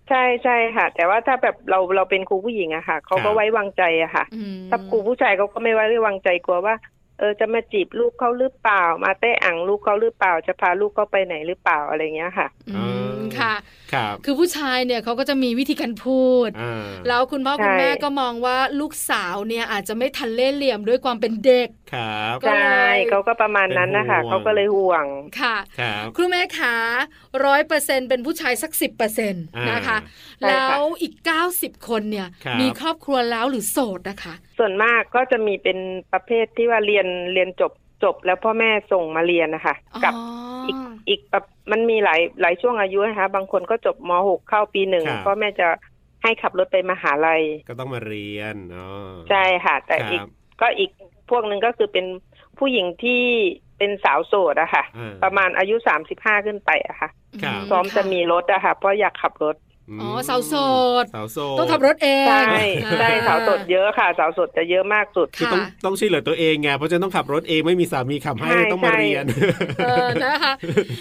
Speaker 5: ใช่ใช่ค่ะ แต่ว่าถ้าแบบเราเราเป็นครูผู้หญิงอะค่ะเขาก็ไว้วางใจอะค่ะ
Speaker 1: อืม
Speaker 5: ถ้าครูผู้ชายเขาก็ไม่ไว้วางใจกลัวว่า เออจะมาจีบลูกเขาหรือเปล่า มาเตะอ่างลูกเขาหรือเปล่า จะพาลูกเขาไปไหนหรือเปล่าอะไรเงี้ยค่ะ
Speaker 1: อืมค่ะ
Speaker 2: ครับ
Speaker 1: คือผู้ชายเนี่ยเขาก็จะมีวิธีการพูด
Speaker 2: อ่า
Speaker 1: แล้วคุณพ่อ
Speaker 5: ใช่
Speaker 1: คุณแม่ก็มองว่าลูกสาวเนี่ยอาจจะไม่ทันเล่ห์เหลี่ยมด้วยความเป็นเด็ก
Speaker 2: ครับ
Speaker 1: ก็
Speaker 5: ใช่
Speaker 1: เลย
Speaker 5: เขาก็ประมาณนั้นนะคะ
Speaker 2: เป็นห่วง
Speaker 5: เขาก็เลยห่วง
Speaker 1: ค่ะ
Speaker 2: ครับ
Speaker 1: ครูแม่ขาร้อยเปอร์เซ็นเป็นผู้ชายสักสิบเปอร์เซ็นต์
Speaker 2: อ่า
Speaker 1: นะคะ
Speaker 5: ใช่ค่ะ
Speaker 1: แล้วอีก 90 คนเนี่ย
Speaker 2: ครับ
Speaker 1: มีครอบครัวแล้วหรือโสดนะคะ
Speaker 5: ส่วนมากก็จะมีเป็นประเภทที่ว่าเรียนเรียนจบจบแล้วพ่อแม่ส่งมาเรียนนะคะกั
Speaker 1: อ๋ออี
Speaker 5: อีกอีกแบบมันมีหลายหลายช่วงอายุนะคะบางคนก็จบม .6 เข้าปีหนึ่ง
Speaker 2: ครับ
Speaker 5: พ่อแม่จะให้ขับรถไปมหาลัย
Speaker 2: ก็ต้องมาเรียนอ๋อ
Speaker 5: ใช่ค่ะ แต่
Speaker 2: ครับ
Speaker 5: อีกก็อีกพวกหนึ่งก็คือเป็นผู้หญิงที่เป็นสาวโสดอะค่ะ
Speaker 2: อ่
Speaker 5: ประมาณอายุสามสิบห้าขึ้นไปอะค่ะ
Speaker 2: ครับ
Speaker 1: ม
Speaker 5: พร้อมจะ
Speaker 1: ค่
Speaker 5: มีรถอะค่ะเพราะอยากขับรถ
Speaker 2: ม
Speaker 1: อ๋อสาวโสด
Speaker 2: สาวโสด
Speaker 1: ต้องขับรถเอง
Speaker 5: ใช่ใช่
Speaker 1: อ่
Speaker 5: สาวโสดเยอะค่ะ สาวโสดจะเยอะมากสุด
Speaker 2: คือต้อง
Speaker 1: ค่ะ
Speaker 2: ต้องช่วยเหลือตัวเองไงเพราะจะต้องขับรถเองไม่มีสามีขับให้
Speaker 5: ใช่
Speaker 2: ต้องมา
Speaker 5: ใช่
Speaker 2: เรียน
Speaker 1: เออนะคะ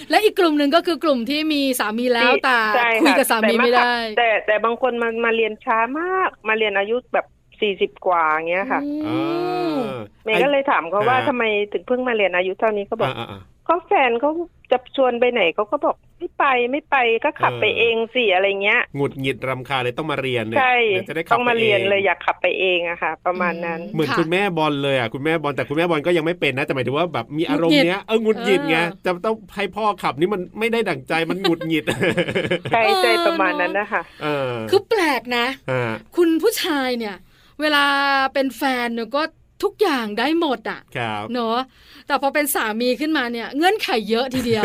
Speaker 1: และอีกกลุ่มหนึ่งก็คือกลุ่มที่มีสามีแล้วแต่
Speaker 5: ใช่ะ
Speaker 1: คุยกับสามีไม่ได้
Speaker 5: แต่แต่แต่บางคนมามาเรียนช้ามากมาเรียนอายุแบบสี่สิบ40 กว่าอย่างเงี้ยค่ะ
Speaker 1: อืม
Speaker 5: เมย์ก็เลยถามเขาว่า
Speaker 2: อ่า
Speaker 5: ทำไมถึงเพิ่งมาเรียนอายุเท่านี้เขาบอก
Speaker 2: อ่า
Speaker 5: ก็แฟนเขาจะชวนไปไหนเขาก็บอกไม่ไปไม่ไปก็ขับ
Speaker 2: เออ
Speaker 5: ไปเองสิอะไรเงี้ย
Speaker 2: หงุดหงิดรำคาญเลยต้องมาเรียนเลย
Speaker 5: ใช่
Speaker 2: เดี๋ยวจะได้ขับ
Speaker 5: ต้องมาเรียน
Speaker 2: ไปอง
Speaker 5: เลยอยากขับไปเองอะค่ะ ประมาณนั้น
Speaker 1: อื
Speaker 2: เหมือน
Speaker 1: ค่ะ
Speaker 2: คุณแม่บอลเลยอ่ะคุณแม่บอลแต่คุณแม่บอลก็ยังไม่เป็นนะแต่หมายถึงว่าแบบมีอารมณ์เนี้ยเออหงุดหงิดไง
Speaker 1: เออ
Speaker 2: จะต้องให้พ่อขับนี่มันไม่ได้ดั่งใจมันหงุดหงิด
Speaker 5: ใช่
Speaker 1: เออ
Speaker 5: ใช่ประมาณ
Speaker 1: เนอะ
Speaker 5: นั้นนะคะ
Speaker 2: เออ
Speaker 1: คือแปลกนะ
Speaker 2: อ่า
Speaker 1: คุณผู้ชายเนี่ย เวลาเป็นแฟนเนี่ยก็ทุกอย่างได้หมดอ่ะ
Speaker 2: ครับ
Speaker 1: เนาะแต่พอเป็นสามีขึ้นมาเนี่ย เงื่อนไขเยอะทีเดี ยว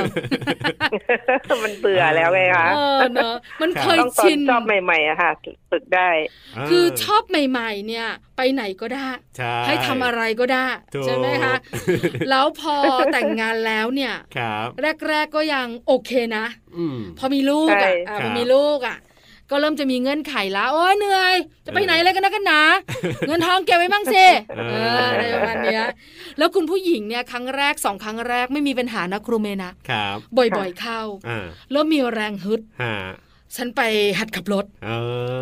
Speaker 5: มันเบื่อแล้วไงคะ
Speaker 1: เออเนาะมันเคย
Speaker 5: ต้องตอน
Speaker 1: ชิน
Speaker 5: ชอบใหม่ๆอะค่ะฝึกได้
Speaker 1: คือช
Speaker 2: า
Speaker 1: อบใหม่ ๆ เนี่ย ไปไหนก็ได้
Speaker 2: ใช่
Speaker 1: ให้ทำอะไรก็ได้
Speaker 2: ถูก
Speaker 1: ใช่ไหมคะ แล้วพอแต่งงานแล้วเนี่ย
Speaker 2: ครับ
Speaker 1: แรก ๆ ก็ยังโอเคนะ
Speaker 2: อืม
Speaker 1: พอมีลูก
Speaker 5: ใช่
Speaker 1: อ่ะอ่ะ
Speaker 2: ค
Speaker 1: พ
Speaker 2: รับ
Speaker 1: อมีลูกอ่ะ ก็เริ่มจะมีเงื่อนไขละโอ้ยเหนื่อย จะไปไหนอะไรกันนะกันหนาเงินทองเก็บไว้บ้างสิ
Speaker 2: เออ
Speaker 1: เอออะไรประมาณเนี้ย แล้วคุณผู้หญิงเนี่ยครั้งแรกสองครั้งแรกไม่มีปัญหานะครูเมย์นะครับ บ่อยๆเข้า
Speaker 2: อ่า
Speaker 1: เริ่มมีแรงฮึด
Speaker 2: ฮะ
Speaker 1: ฉันไปหัดขับรถ
Speaker 2: เอ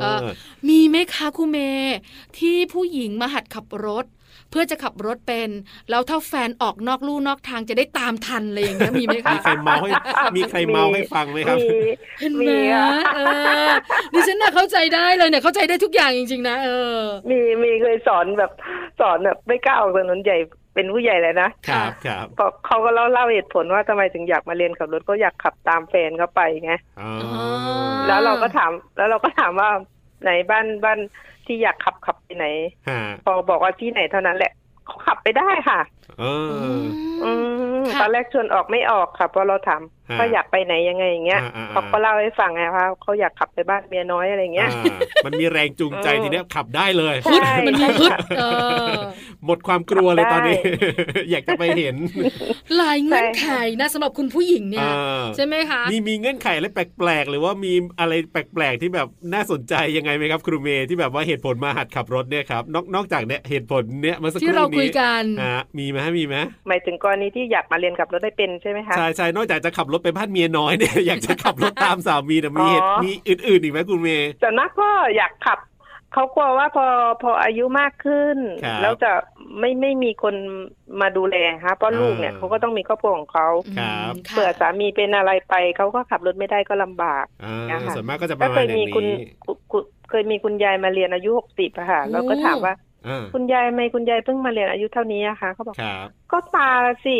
Speaker 1: เอ
Speaker 2: อ
Speaker 1: อ มีไหมคะครูเมย์ที่ผู้หญิงมาหัดขับรถ เพื่อจะขับรถเป็น แล้วถ้าแฟนออกนอกลู่นอกทางจะได้ตามทันอะไรอย่างเงี้ยมีไหมคะ
Speaker 2: มีใครเมา ให้มีใครเมาให้ฟังไหมครับ
Speaker 5: มี
Speaker 1: เห็นไหม
Speaker 5: มีอะ
Speaker 1: เออดิฉันน่ะเข้าใจได้เลยเนี่ยเข้าใจได้ทุกอย่างจริงๆนะเออ
Speaker 5: มีมีเคยสอนแบบ สอนแบบไม่กล้าออกถนนใหญ่เป็นผู้ใหญ่เลยนะ
Speaker 2: ครับครับ
Speaker 5: ก็เขาก็เล่าเล่าเหตุผลว่าทำไมถึงอยากมาเรียนขับรถก็อยากขับตามแฟนเขาไปไง
Speaker 2: อ๋อ
Speaker 1: อ่า
Speaker 5: แล้วเราก็ถาม แล้วเราก็ถามว่าไหนบ้านบ้านที่อยากขับขับไปไหน
Speaker 2: ฮะ
Speaker 5: พอบอกว่าที่ไหนเท่านั้นแหละเขาขับไปได้ค่ะ
Speaker 2: เอ
Speaker 1: อื
Speaker 2: อ
Speaker 5: อื
Speaker 1: ม
Speaker 5: ม
Speaker 1: ค่ะ
Speaker 5: ตอนแรกชวนออกไม่ออกค่ะเพราะเราถาม
Speaker 2: ฮะ
Speaker 5: ว่าอยากไปไหนยังไงอย่างเงี้ย
Speaker 2: อ่าอ่าอ่า
Speaker 5: เขาก็เล่าให้ฟังไงว่าเขาอยากขับไปบ้านเมียน้อยอะไรเงี้ย
Speaker 2: อ่ามันมีแรงจูงใจ
Speaker 5: เออ
Speaker 2: ทีเนี้ยขับได้เลย
Speaker 5: ใช่
Speaker 1: ฮึดมันมีฮึด
Speaker 5: ค่ะ
Speaker 1: เออ
Speaker 2: หมดความกลัวเลยตอนนี้ อยากจะไปเห็น
Speaker 1: หลายเงื่อนไขนะสำหรับคุณผู้หญิงเนี่ย
Speaker 2: อ่า
Speaker 1: ใช่ไหมคะ
Speaker 2: มีมีเงื่อนไขอะไรแปลกๆ หรือว่ามีอะไรแปลกๆ ที่แบบน่าสนใจยังไงไหมครับครูเมย์ที่แบบว่าเหตุผลมาหัดขับรถเนี่ยครับนอกนอกจากเนี่ยเหตุผลเนี่ยเมื่อสักค
Speaker 1: ที่
Speaker 2: รู่นี้
Speaker 1: เราคุยกัน
Speaker 2: ฮะมีไหมมีไหม
Speaker 5: หมายถึงกรณีที่อยากมาเรียนขับรถได้เป็นใช่ไหมคะ
Speaker 2: ใช่ใช่นอกจากจะขับรถไปบ้านเมียน้อยเนี่ย อยากจะขับรถตามสามีแต่ยมีเหตุ
Speaker 5: อ๋อ
Speaker 2: มีอื่นๆอีกไหมครูเมย์
Speaker 5: แต่นักก็อยากขับ เขากลัวว่าพอพออายุมากขึ้น
Speaker 2: ครับ
Speaker 5: แล้วจะไม่ไม่มีคนมาดูแลฮะเพราะ
Speaker 2: อ่า
Speaker 5: ลูกเนี่ยเขาก็ต้องมีครอบครัวของเขา
Speaker 2: ครับ
Speaker 1: มค่ะ
Speaker 5: เผื่อสามีเป็นอะไรไปเขาก็ขับรถไม่ได้ก็ลำบาก
Speaker 2: อ่า
Speaker 5: นะคะ
Speaker 2: ส่วนมากก็จะป
Speaker 5: ก็
Speaker 2: ระมา
Speaker 5: เค
Speaker 2: ณ
Speaker 5: ย
Speaker 2: อย่าง
Speaker 5: มีคุณ
Speaker 2: นี้
Speaker 5: คุณคุณเคยมีคุณยายมาเรียนอายุหกสิบอะค่ะ
Speaker 1: โอ้
Speaker 5: เราก็ถามว่า
Speaker 2: อ่า
Speaker 5: คุณยายทำไม่คุณยายเพิ่งมาเรียนอายุเท่านี้อะคะเขาบอก
Speaker 2: ครับ
Speaker 5: ก็ตาสิ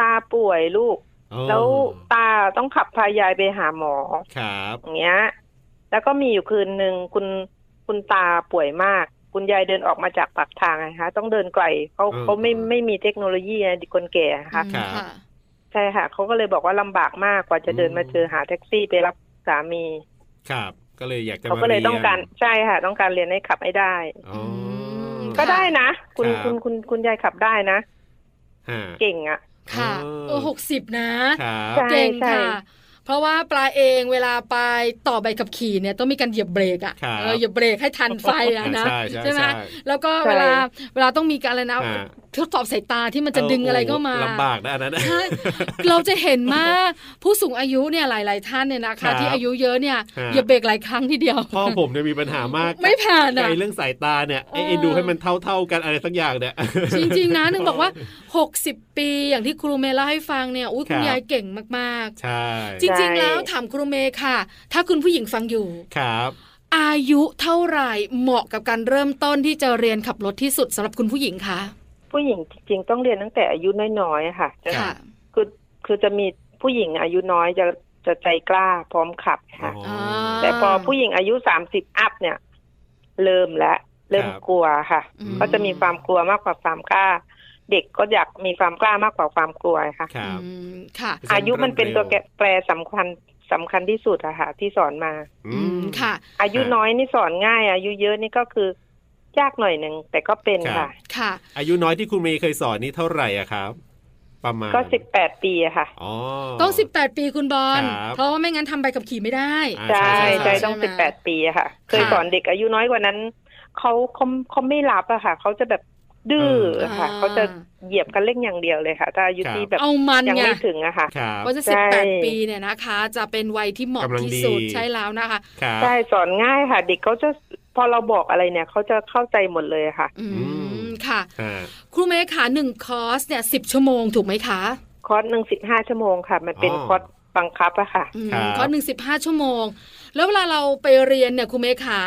Speaker 5: ตาป่วยลูก
Speaker 2: โอ้
Speaker 5: แล้วตาต้องขับพายายไปหาหมอ
Speaker 2: ครับ
Speaker 5: อย่างเงี้ย แล้วก็มีอยู่คืนหนึ่งคุณคุณตาป่วยมาก คุณยายเดินออกมาจากปากทางนะคะต้องเดินไกลเขา
Speaker 2: อืม
Speaker 5: เขาไม่ไม่มีเทคโนโลยีไงคนแก่นะคะ
Speaker 1: อืม
Speaker 2: ครับ
Speaker 5: ใช่ค่ะเขาก็เลยบอกว่าลำบากมากกว่าจะเดินมาเจอหาแท็กซี่ไปรับสามี
Speaker 2: ครับ ก็เลยอยากจะ
Speaker 5: เขา
Speaker 2: มา
Speaker 5: ก็เลย
Speaker 2: รีน
Speaker 5: ต้องการใช่ค่ะ ต้องการเรียนให้ขับให้ได้
Speaker 2: อ๋อ
Speaker 5: ก็ได้นะคุณ
Speaker 2: ครับ
Speaker 5: คุณคุณคุณยายขับได้นะ
Speaker 2: ฮะ
Speaker 5: เก่งอ่ะ
Speaker 1: ค่ะ
Speaker 2: เออ
Speaker 1: โอ้หกสิบนะ
Speaker 2: ครับ
Speaker 5: ใช่
Speaker 1: เก่ง
Speaker 5: ใช่
Speaker 1: ค่ะ เพราะว่าปลาเองเวลาไปต่อใบขับขี่เนี่ยต้องมีการเหยียบเบรกอ่ะ
Speaker 2: ครับ
Speaker 1: เออเหยียบเบรกให้ทันไฟอ่ะนะ
Speaker 2: ใช่ใช่
Speaker 1: ไหม
Speaker 2: ใช่
Speaker 1: แล้วก็เวลาเวลาต้องมีการอะไรนะ
Speaker 2: อ่า
Speaker 1: ทดสอบสายตาที่มันจะดึงอะไรก็มา
Speaker 2: โอ้โหลำบากนะอันนั้น
Speaker 1: ใช่เราจะเห็นมากผู้สูงอายุเนี่ยหลาย ๆ ท่านเนี่ยนะ
Speaker 2: ครั
Speaker 1: คะ
Speaker 2: บ
Speaker 1: ที่อายุเยอะเนี่ย
Speaker 2: ฮะ
Speaker 1: เหยียบเบรกหลายครั้งทีเดียว
Speaker 2: พ่อผมเนี่ยมีปัญหามาก
Speaker 1: ไม่ผ่านอะ
Speaker 2: ไอเรื่องสายตาเนี่ยไอ้
Speaker 1: เออ
Speaker 2: ไอ้ดูให้มันเท่าเท่าๆกันอะไรสักอย่างเนี่ย
Speaker 1: จริง ๆ นะหนึ่งบอกว่า 60 ปีอย่างที่ครูเมย์เล่าให้ฟังเนี่ยอุ้ย
Speaker 2: ค
Speaker 1: คุ
Speaker 2: รั
Speaker 1: ณ
Speaker 2: บ
Speaker 1: ยายเก่งมาก
Speaker 2: ใช่
Speaker 1: ๆ จริง ๆ แล้วถามครูเมย์ค่ะ ถ้าคุณผู้หญิงฟังอยู่
Speaker 2: ครับ
Speaker 1: อายุเท่าไหร่เหมาะกับการเริ่มต้นที่จะเรียนขับรถที่สุดสำหรับคุณผู้หญิงคะ
Speaker 5: ผู้หญิงจริงๆต้องเรียนตั้งแต่อายุน้อยๆอะค่ะจะ
Speaker 2: รับ
Speaker 1: ค่ะ
Speaker 5: คือคือจะมีผู้หญิงอายุน้อยจะจะใจกล้าพร้อมขับค่ะ
Speaker 2: อ๋อ
Speaker 5: แต่พอผู้หญิงอายุสามสิบอัพเนี่ย เริ่มแล้วเริ่
Speaker 2: ค
Speaker 5: ม
Speaker 2: รับ
Speaker 5: กลัวค่ะ
Speaker 1: อืม
Speaker 5: ก็จะมีความกลัวมากกว่าความกล้า เด็กก็อยากมีความกล้ามากกว่าความกลัวค่ะ
Speaker 2: ครับ
Speaker 1: อืมค่ะ
Speaker 5: อายุมันเป็นตัวแกะแปรสำคัญสำคัญที่สุดอะค่ะ ที่สอนมา
Speaker 1: อืมค่ะ
Speaker 5: อายุ
Speaker 2: ครับ
Speaker 5: น้อยนี่สอนง่าย อายุเยอะนี่ก็คือยากหน่อยหนึ่งแต่ก็เป็นค่ะ
Speaker 1: ค่ะ
Speaker 2: อายุน้อยที่คุณเมย์เคยสอนนี่เท่าไหร่อะครับ ประมาณ
Speaker 5: ก็สิบแปดปีอะค่ะ
Speaker 2: อ๋อ
Speaker 1: ต้อง 18 ปีคุณบอล
Speaker 2: ครับ
Speaker 1: เพราะว่าไม่งั้นทำใบขับขี่ไม่ได้
Speaker 2: อ่า
Speaker 5: ใช่
Speaker 1: ใช่
Speaker 5: ใช่ต้อง
Speaker 1: ใช่
Speaker 5: สิบ
Speaker 1: ไหม
Speaker 5: แปดปีอะค่ะ เคย
Speaker 1: ค่ะ
Speaker 5: สอนเด็กอายุน้อยกว่านั้นเขาเขาเขาไม่รับอะค่ะเขาจะแบบดื้ออะค่ะเขาจะเหยียบกันเล่งอย่างเดียวเลยค่ะ ถ้าอายุที่แบบ
Speaker 1: เอามัน
Speaker 5: ยัง
Speaker 1: ไง
Speaker 5: ไม่ถึงอะค่ะ
Speaker 2: ครับ
Speaker 1: ว่าจะ
Speaker 5: ใช่
Speaker 1: 18 ปีเนี่ยนะคะ จะเป็นวัยที่เหมาะ
Speaker 2: กำลัง
Speaker 1: ที่
Speaker 2: ดี
Speaker 1: สุดใช่แล้วนะคะ
Speaker 2: ครับ
Speaker 5: ใช่สอนง่ายค่ะ เด็กเขาจะพอเราบอกอะไรเนี่ยเขาจะเข้าใจหมดเลยค่ะ
Speaker 1: อื
Speaker 2: อื
Speaker 1: ม
Speaker 2: ม
Speaker 1: ค่ะ
Speaker 2: อ่า
Speaker 1: ครูเมย์ค่ะหนึ่งคอร์สเนี่ยสิชั่วโมงถูกไหมคะ
Speaker 5: คอร์สหนึ่งสิบห้าชั่วโมงค่ะ มันเป็นคอร์สบังคับอะค่ะ
Speaker 1: อืม
Speaker 2: ครับ
Speaker 1: คอร์สหนึ่งสิบห้าชั่วโมง แล้วเวลาเราไปเรียนเนี่ยครูเมย์ค่ะ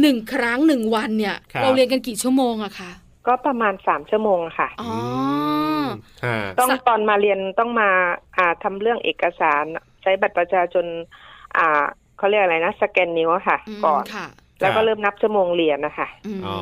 Speaker 1: หนึ่งครั้งหนึ่งวันเนี่ย
Speaker 2: ครับ
Speaker 1: เราเรียนกันกี่ชั่วโมงอะคะ
Speaker 5: ก็ประมาณสามชั่วโมงอะค่ะ
Speaker 1: อ๋ออ
Speaker 2: มฮะ
Speaker 5: ต้อง
Speaker 1: สะ
Speaker 5: ตอนมาเรียนต้องมาอ่าทำเรื่องเอกสารใช้บัตรประชาชนอ่าเขาเรียกอะไรนะสแกนนิ้วอะค่ะ
Speaker 1: ม
Speaker 5: ก่อน
Speaker 1: ค่ะ
Speaker 5: แล้วก็เริ่มนับชั่วโมงเรียนนะคะ
Speaker 1: อืม
Speaker 2: อ๋อ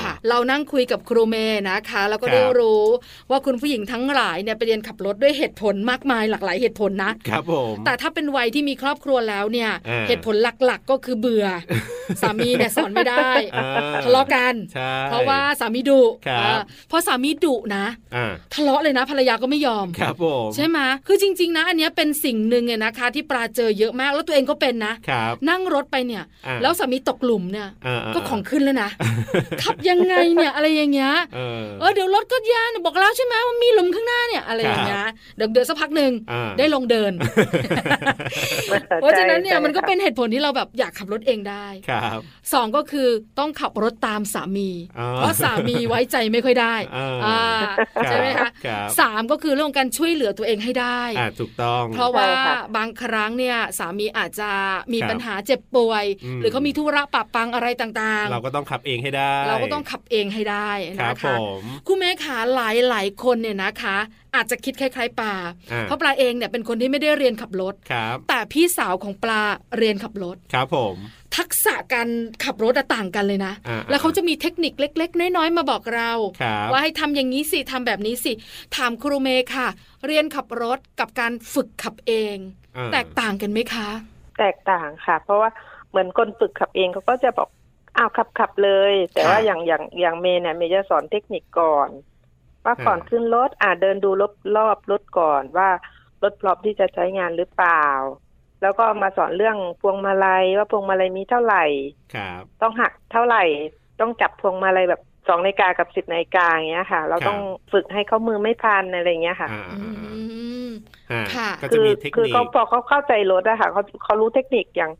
Speaker 1: ค่ะ เรานั่งคุยกับครูเมย์นะคะ แล้วก็
Speaker 2: ครับ
Speaker 1: ได้รู้ว่าคุณผู้หญิงทั้งหลายเนี่ยไปเรียนขับรถด้วยเหตุผลมากมายหลากหลายเหตุผลนะ
Speaker 2: ครับผม
Speaker 1: แต่ถ้าเป็นวัยที่มีครอบครัวแล้วเนี่ย
Speaker 2: อ่า
Speaker 1: เหตุผลหลักๆก็คือเบื่อ สามีเนี่ยสอนไม่ได้
Speaker 2: อ่
Speaker 1: ทะเลาะกัน
Speaker 2: ใช่
Speaker 1: เพราะว่าสามีดุ
Speaker 2: ครับ
Speaker 1: เออเพราะสามีดุนะ
Speaker 2: อ่า
Speaker 1: ทะเลาะเลยนะภรรยาก็ไม่ยอม
Speaker 2: ครับผม
Speaker 1: ใช่ไหมคือจริง ๆ นะ อันเนี้ยเป็นสิ่งหนึ่งเนี่ยนะคะ ที่ปลาเจอเยอะมากแล้วตัวเองก็เป็นนะ
Speaker 2: ครับ
Speaker 1: นั่งรถไปเนี่ย
Speaker 2: อ่า
Speaker 1: แล้วสามีตกหลุมเนี่ย
Speaker 2: อ่าา
Speaker 1: ก็ของขึ้นแล้วนะ ขับยังไงเนี่ยอะไรอย่างเงี้ย
Speaker 2: เออ
Speaker 1: เออเดี๋ยวรถก็ยานบอกแล้วใช่ไหมว่ามีหลุมข้างหน้าเนี่ยอะไรอย่างเงี้ยเดี๋ยวเดี๋ยวสักพักหนึ่ง
Speaker 2: อ่า
Speaker 1: ได้ลงเดิน เพราะฉะนั้นเนี่ยมันก็เป็นเหตุผลที่เราแบบอยากขับรถเองได้
Speaker 2: ครับ
Speaker 1: สองก็คือต้องขับรถตามสามี
Speaker 2: อ๋อ
Speaker 1: เพราะสามีไว้ใจไม่ค่อยได้
Speaker 2: อ่า
Speaker 1: อ่าใช่ไหมคะ
Speaker 2: ครับ
Speaker 1: สามก็คือเรื่องการช่วยเหลือตัวเองให้ได้
Speaker 2: อ่าถูกต้อง
Speaker 1: เพราะว่า
Speaker 5: ใช่ค่ะ
Speaker 1: บางครั้งเนี่ยสามีอาจจะมี
Speaker 2: ครับ
Speaker 1: ปัญหาเจ็บป่วย
Speaker 2: อืม
Speaker 1: หรือเขามีธุร ระปะปังอะไรต่างๆ
Speaker 2: เราก็ต้องขับเองให้ได้
Speaker 1: เราก็ต้องขับเองให้ได้
Speaker 2: ครั
Speaker 1: นะ
Speaker 2: บผ
Speaker 1: คะ
Speaker 2: ม
Speaker 1: คุณแม่ขาหลายหลายๆคนเนี่ยนะคะ อาจจะคิดคล้ายๆปลา
Speaker 2: อ่า
Speaker 1: เพราะปลาเองเนี่ยเป็นคนที่ไม่ได้เรียนขับรถ
Speaker 2: ครับ
Speaker 1: แต่พี่สาวของปลาเรียนขับรถ
Speaker 2: ครับผม
Speaker 1: ทักษะการขับรถอะต่างกันเลยนะ
Speaker 2: อ่า
Speaker 1: แล้วเขาจะมีเทคนิคเล็ก ๆ น้อยๆมาบอกเรา
Speaker 2: ครับ
Speaker 1: ว่าให้ทำอย่างนี้สิทำแบบนี้สิถามครูเมย์ค่ะ เรียนขับรถกับการฝึกขับเอง
Speaker 2: อ่า
Speaker 1: แตกต่างกันไหมคะ
Speaker 5: แตกต่างค่ะ เพราะว่าเหมือนคนฝึกขับเองเขาก็จะบอกอ้าวขับขับเลย แต่ว่า
Speaker 2: ครับ
Speaker 5: อย่างอย่างอย่างเมย์เนี่ยเมย์จะสอนเทคนิคก่อน ว่าก่อน
Speaker 2: อ่า
Speaker 5: ขึ้นรถอ่าเดินดูรอบรอบรถก่อนว่ารถพร้อมที่จะใช้งานหรือเปล่า แล้วก็มาสอนเรื่องพวงมาลัยว่าพวงมาลัยมีเท่าไหร่
Speaker 2: ครับ
Speaker 5: ต้องหักเท่าไหร่ ต้องจับพวงมาลัยแบบสองนาฬิกากับสิบนาฬิกาอย่างเงี้ยค่ะ เรา
Speaker 2: ครับ
Speaker 5: ต้องฝึกให้เขามือไม่พันอะไรอย่างเงี้ยค่ะ
Speaker 2: อ่า
Speaker 1: อืม
Speaker 2: อ่า
Speaker 1: ค่ะ
Speaker 2: ก็จะมีเทค
Speaker 5: คือ
Speaker 2: นิค
Speaker 5: เขาพอเขาเข้าใจรถอะค่ะเขาเขารู้เทคนิคอย่าง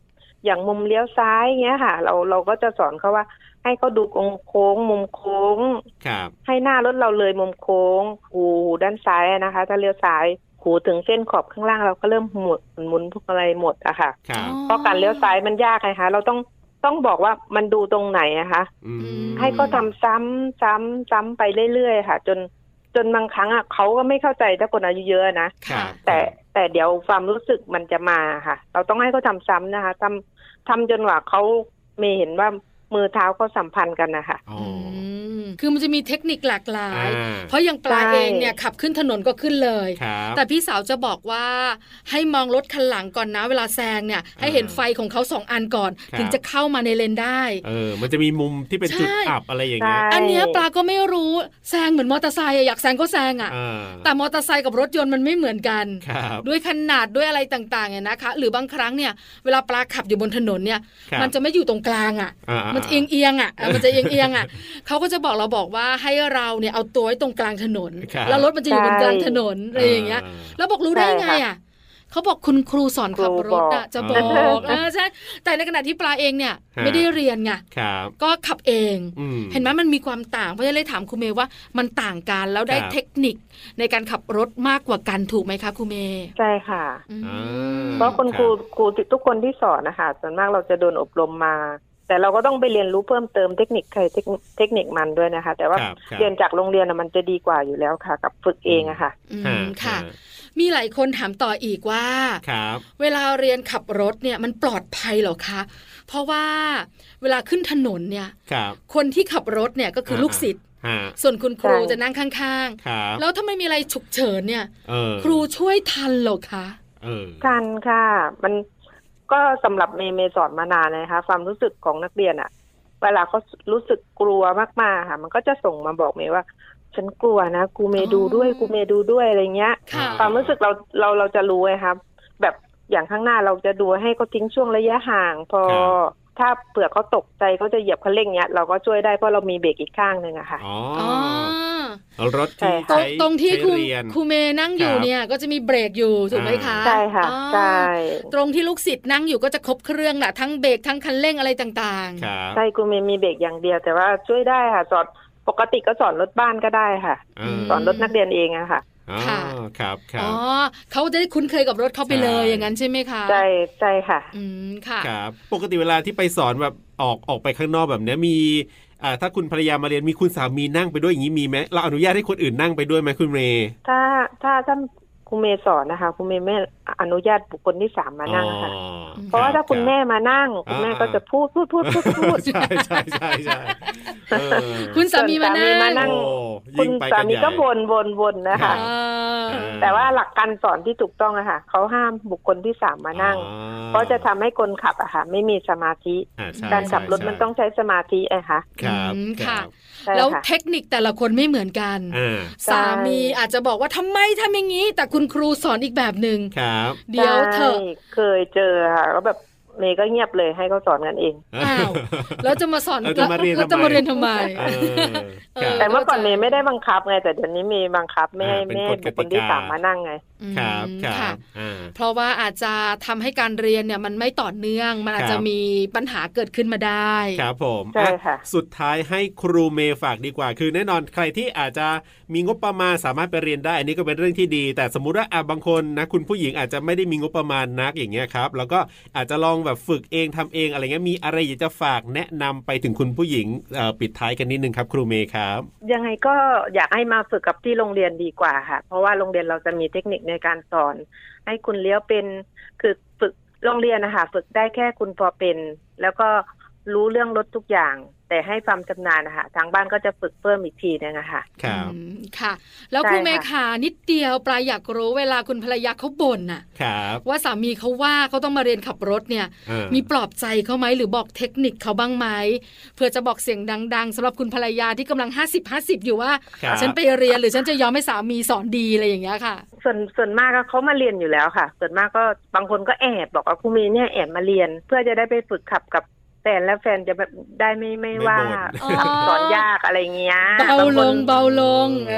Speaker 5: อย่างมุมเลี้ยวซ้ายเงี้ยค่ะ เราเราก็จะสอนเขาว่า ให้เขาดูโค้งมุมโค้ง
Speaker 2: ครับ
Speaker 5: ให้หน้ารถเราเลยมุมโค้งหูด้านซ้ายอะนะคะ ถ้าเลี้ยวซ้ายหูถึงเส้นขอบข้างล่างเราก็เริ่มหมุนหมุนพวกอะไรหมดอะค่ะ
Speaker 2: ครับ
Speaker 5: เพราะการเลี้ยวซ้ายมันยากไงคะเราต้องต้องบอกว่ามันดูตรงไหนอะคะ
Speaker 2: อืม
Speaker 5: ให้เขาทำซ้ำซ้ำซ้ำไปเรื่อยๆค่ะ จนจนบางครั้งอะเขาก็ไม่เข้าใจถ้าคนอายุเยอะนะ
Speaker 1: ค่ะ
Speaker 2: ครับ
Speaker 5: แต่แต่เดี๋ยวความรู้สึกมันจะมาค่ะ เราต้องให้เขาทำซ้ำนะคะทำทำจนกว่าเขาเมเห็นว่ามือเท้าเขาสัมพันธ์กันนะคะ
Speaker 2: อ๋อ
Speaker 1: อืมคือมันจะมีเทคนิคหลากหลา
Speaker 2: อย ่า
Speaker 1: เพราะอย่างปลา
Speaker 5: ใช่
Speaker 1: เองเนี่ยขับขึ้นถนนก็ขึ้นเลย
Speaker 2: ครับ
Speaker 1: แต่พี่สาวจะบอกว่าให้มองรถคันหลังก่อนนะ เวลาแซงเนี่ย ให้เห็นไฟของเขาสองอันก่อน
Speaker 2: ครับ
Speaker 1: ถึงจะเข้ามาในเลนได้
Speaker 2: เออ มันจะมีมุมที่เป็นจุด
Speaker 1: ใช่
Speaker 2: อับอะไรอย่างเงี้ย
Speaker 5: ใช่
Speaker 1: อันเนี้ยปลาก็ไม่รู้แซงเหมือนมอเตอร์ไซค์อะอยากแซงก็แซงอะ
Speaker 2: อ่า
Speaker 1: แต่มอเตอร์ไซค์กับรถยนต์มันไม่เหมือนกัน
Speaker 2: ครับ
Speaker 1: ด้วยขนาดด้วยอะไรต่างๆเนี่ยนะคะ หรือบางครั้งเนี่ยเวลาปลาขับอยู่บนถนนเนี่ย
Speaker 2: ครับ
Speaker 1: มันจะไม่อยู่ตรงกลางอะ
Speaker 2: อ่าๆ
Speaker 1: มันจะเอียงเอียงๆอะเออมันจะเอียงเอีย งๆอะเขาก็จะบอกเราบอกว่าให้เราเนี่ยเอาตัวไว้ตรงกลางถนน
Speaker 2: ครับ
Speaker 1: แล้วรถมันจะอยู่บนกลางถนนอะไรอย่างเงี้ย แล้วบอกรู้ได้ไง
Speaker 5: ใช่
Speaker 1: อ่ะเขาบอกคุณครูสอนขับ
Speaker 5: ครู
Speaker 1: ร
Speaker 5: บ
Speaker 1: ถ
Speaker 5: อก
Speaker 1: อ่ะจะบอก
Speaker 2: อ๋อ
Speaker 1: เออใช่แต่ในขณะที่ปลาเองเนี่ย
Speaker 2: ฮะ
Speaker 1: ไม่ได้เรียนไง
Speaker 2: ครับ
Speaker 1: ก็ขับเอง
Speaker 2: อืม
Speaker 1: เห็นไหมมันมีความต่างเพราะฉะนั้นเลยถามครูเมย์ว่ามันต่างกันแล้วได้
Speaker 2: ครับ
Speaker 1: เทคนิคในการขับรถมากกว่ากันถูกไหมคะครูเมย์
Speaker 5: ใช่ค่ะ
Speaker 1: อื
Speaker 2: อ่
Speaker 1: ม
Speaker 2: า
Speaker 5: เพราะคน
Speaker 2: ครับ
Speaker 5: ครูครูทุกคนที่สอนนะคะส่วนมากเราจะโดนอบรมมา แต่เราก็ต้องไปเรียนรู้เพิ่มเติมเทคนิคใครเทคนิคเทคนิคมันด้วยนะคะ แต่ว่า
Speaker 2: ครับคบ
Speaker 5: เรียนจากโรงเรียนน่ะมันจะดีกว่าอยู่แล้วค่ะ กับฝึกเองอะค่ะ
Speaker 1: อื
Speaker 2: อ่าม
Speaker 1: ค่ะ
Speaker 2: อ่า
Speaker 1: มีหลายคนถามต่ออีกว่า
Speaker 2: ครับ
Speaker 1: เวลาเรียนขับรถเนี่ยมันปลอดภัยเหรอคะเพราะว่าเวลาขึ้นถนนเนี่ย
Speaker 2: ครับ
Speaker 1: คนที่ขับรถเนี่ยก็คืออา ลูกศิษย์
Speaker 2: ฮะ
Speaker 1: ส่วนคุณครู
Speaker 5: ใช่
Speaker 1: จะนั่งข้าง
Speaker 2: ครับ
Speaker 1: ๆ แล้วถ้าไม่มีอะไรฉุกเฉินเนี่ย
Speaker 2: เออ
Speaker 1: ครูช่วยทันเหรอคะ
Speaker 2: เออ
Speaker 5: ทันค่ะ มันก็สำหรับเมย์เมย์สอนมานานนะคะ ความรู้สึกของนักเรียนอะเวลาเขารู้สึกกลัวมากๆค่ะ มันก็จะส่งมาบอกเมย์ว่า ฉันกลัวนะกูเมย์ดูด้วยกูเมย์ดูด้วยอะไรเงี้ย
Speaker 1: ค่ะ
Speaker 2: อ่า
Speaker 5: ความรู้สึกเราเราเราจะรู้ไงครับ แบบอย่างข้างหน้าเราจะดูให้เขาทิ้งช่วงระยะห่าง พอ
Speaker 2: ครับ
Speaker 5: ถ้าเผื่อเขาตกใจเขาจะเหยียบคันเร่งเนี้ยเราก็ช่วยได้เพราะเรามีเบรกอีกข้างหนึ่งอะค่ะ
Speaker 2: อ๋อ
Speaker 1: อ๋อ
Speaker 2: อรถที่
Speaker 1: ตรง
Speaker 2: ใช้
Speaker 1: ตรงที่
Speaker 2: ใช้
Speaker 1: ครู
Speaker 2: เรียน
Speaker 1: ครูเมย์นั่งอยู่
Speaker 2: ครับ
Speaker 1: เนี่ยก็จะมีเบรกอยู่ถูกไหมคะ
Speaker 5: ใช่ค่ะ
Speaker 1: อ๋อ
Speaker 5: ใช่
Speaker 1: ตรงที่ลูกศิษย์นั่งอยู่ก็จะครบเครื่องแหละทั้งเบรกทั้งคันเร่งอะไรต่างๆ
Speaker 2: ครับ
Speaker 5: ใช่กูเมย์มีเบรกอย่างเดียว แต่ว่าช่วยได้ค่ะ สอนปกติก็สอนรถบ้านก็ได้ค่ะ
Speaker 2: เออ
Speaker 5: สอนรถนักเรียนเองอะค่ะ
Speaker 2: อ๋อ
Speaker 1: ค่ะ
Speaker 2: ครับครั
Speaker 1: อ๋อบ เขาจะได้คุ้นเคยกับรถเขาไปเลย
Speaker 2: ใช่
Speaker 1: อย่างนั้นใช่ไหมคะ
Speaker 5: ใช่ใช่ค่ะ
Speaker 1: อืมค่ะ
Speaker 2: ครับ ปกติเวลาที่ไปสอนแบบออกออกไปข้างนอกแบบเนี้ยมีอ่าถ้าคุณภรรยามาเรียนมีคุณสามีนั่งไปด้วยอย่างนี้มีไหมเราอนุญาตให้คนอื่นนั่งไปด้วยไหมคุณเมย์
Speaker 5: ถ้าถ้าท่านครูเมย์สอนนะคะครูเมย์ไม่อนุญาตบุคคลที่สามมานั่งอะค่ะ
Speaker 2: อ๋อ
Speaker 5: เพราะว่าถ้าคุณ
Speaker 2: รับ
Speaker 5: แม่มานั่ง คุณแม่
Speaker 2: อ่า
Speaker 5: ก็จะพูดพูดพูดพูดพูด
Speaker 2: ใช่ใช่ใช่ใช่เออ
Speaker 1: คุณสามีมา
Speaker 5: ส่วนสามีมานั่
Speaker 1: นั่ง
Speaker 5: ง
Speaker 2: โอ้
Speaker 5: คุ
Speaker 2: ยิ่ง
Speaker 5: ณ
Speaker 2: ไปกั
Speaker 5: สา
Speaker 2: น
Speaker 5: มี
Speaker 2: ใหญ่
Speaker 5: ก็วนวนวนนะ
Speaker 2: ครั
Speaker 5: คะ
Speaker 2: บ
Speaker 1: เออ
Speaker 2: เออ
Speaker 5: แต่ว่าหลักการสอนที่ถูกต้องอะค่ะเขาห้ามบุคคลที่สามมานั่ง
Speaker 2: อ๋อ
Speaker 5: เพราะจะทำให้คนขับอะค่ะ ไม่มีสมาธิ
Speaker 2: อ่ใช่
Speaker 5: การขับรถ
Speaker 2: ใช่
Speaker 5: มันต้องใช้สมาธิอะค่ะ
Speaker 2: ครับ
Speaker 1: อืม
Speaker 2: ค
Speaker 1: ค่ะ
Speaker 2: รับ
Speaker 5: ใช่
Speaker 1: แล้ว
Speaker 5: ค่ะ
Speaker 1: เทคนิคแต่ละคนไม่เหมือนกัน
Speaker 2: อ่า
Speaker 1: สามีอาจจะบอกว่าทำไมทำอย่างนี้ แต่คุณครูสอนอีกแบบหนึง่ง
Speaker 2: ครับ
Speaker 1: เดี๋ยวเถอะ
Speaker 5: ใช่เคยเจอค่ะแล้วแบบเมย์ก็เงียบเลยให้เขาสอนกันเอง
Speaker 1: อ้าว แล้วจะมาสอน
Speaker 2: เราจะมาเรียน
Speaker 1: แล้วจะ
Speaker 2: ทำไม
Speaker 1: มาเรียนทำไม
Speaker 2: เออค
Speaker 1: เอ
Speaker 2: รับ
Speaker 5: แต่เมื่อก่อนเมย์ไม่ได้บังคับไง แต่เดี๋ยวนี้เมย์บังคับไม่ให้
Speaker 2: อ่าเป็นก
Speaker 5: ไม่ให้
Speaker 2: ฎกติกา
Speaker 5: บุคคลที่สามมานั่งไง
Speaker 1: อืม
Speaker 2: ครับครั
Speaker 1: ค่ะ
Speaker 2: บอ่า
Speaker 1: เพราะว่าอาจจะทำให้การเรียนเนี่ยมันไม่ต่อเนื่อง มันอาจ
Speaker 2: ครั
Speaker 1: จะ
Speaker 2: บ
Speaker 1: มีปัญหาเกิดขึ้นมาได้
Speaker 2: ครับผม
Speaker 5: ใช่
Speaker 2: อ่
Speaker 5: ค่ะ
Speaker 2: สุดท้ายให้ครูเมย์ฝากดีกว่า คือแน่นอนใครที่อาจจะมีงบประมาณสามารถไปเรียนได้ อันนี้ก็เป็นเรื่องที่ดี แต่สมมุติว่าอ่ะบางคนนะคุณผู้หญิงอาจจะไม่ได้มีงบประมาณนักอย่างเงี้ยครับ แล้วก็อาจจะลองแบ แบบฝึกเองทำเองอะไรเงี้ยมีอะไรอยากจะฝากแนะนำไปถึงคุณผู้หญิงเอ่อปิดท้ายกันนิดนึงครับ ครูเมย์ครับ
Speaker 5: ยังไงก็อยากให้มาฝึกกับที่โรงเรียนดีกว่าค่ะ เพราะว่าโรงเรียนเราจะมีเทคนิคในการสอน ให้คุณเลี้ยวเป็นคือฝึกโรงเรียนนะคะฝึกได้แค่คุณพอเป็น แล้วก็รู้เรื่องรถทุกอย่าง แต่ให้ความชำนาญนะคะทางบ้านก็จะฝึกเพิ่มอีกทีนึงอะค่ะ
Speaker 2: ครับ
Speaker 1: อืมค่ะ แล้ว
Speaker 5: ใช่
Speaker 1: คุณเมย์
Speaker 5: ค่ะ
Speaker 1: ขานิดเดียวปลายอยากรู้เวลาคุณภรรยาเขาบ่นน่ะ
Speaker 2: ครับ
Speaker 1: ว่าสามีเขาว่าเขาต้องมาเรียนขับรถเนี่ย
Speaker 2: อ่า
Speaker 1: มีปลอบใจเขาไหมหรือบอกเทคนิคเขาบ้างไหมเพื่อจะบอกเสียงดังๆสำหรับคุณภรรยาที่กำลัง 50 50 อยู่ว่า
Speaker 2: ครับ
Speaker 1: ฉันไปเรียนหรือฉันจะยอมให้สามีสอนดีอะไรอย่างเงี้ยค่ะ
Speaker 5: ส่วนส่วนมากก็เขามาเรียนอยู่แล้วค่ะ ส่วนมากก็บางคนก็แอบบอกว่าครูเมย์เนี่ยแอบมาเรียน เพื่อจะได้ไปฝึกขับกับแฟนแล้วแฟนจะแบบได้ไม่ไม่
Speaker 2: ไม่
Speaker 5: ว่า
Speaker 2: บ่น
Speaker 5: ขับสอนยากอะไรเงี้ย
Speaker 1: เบา
Speaker 5: คน
Speaker 1: ลงเบาลงเอ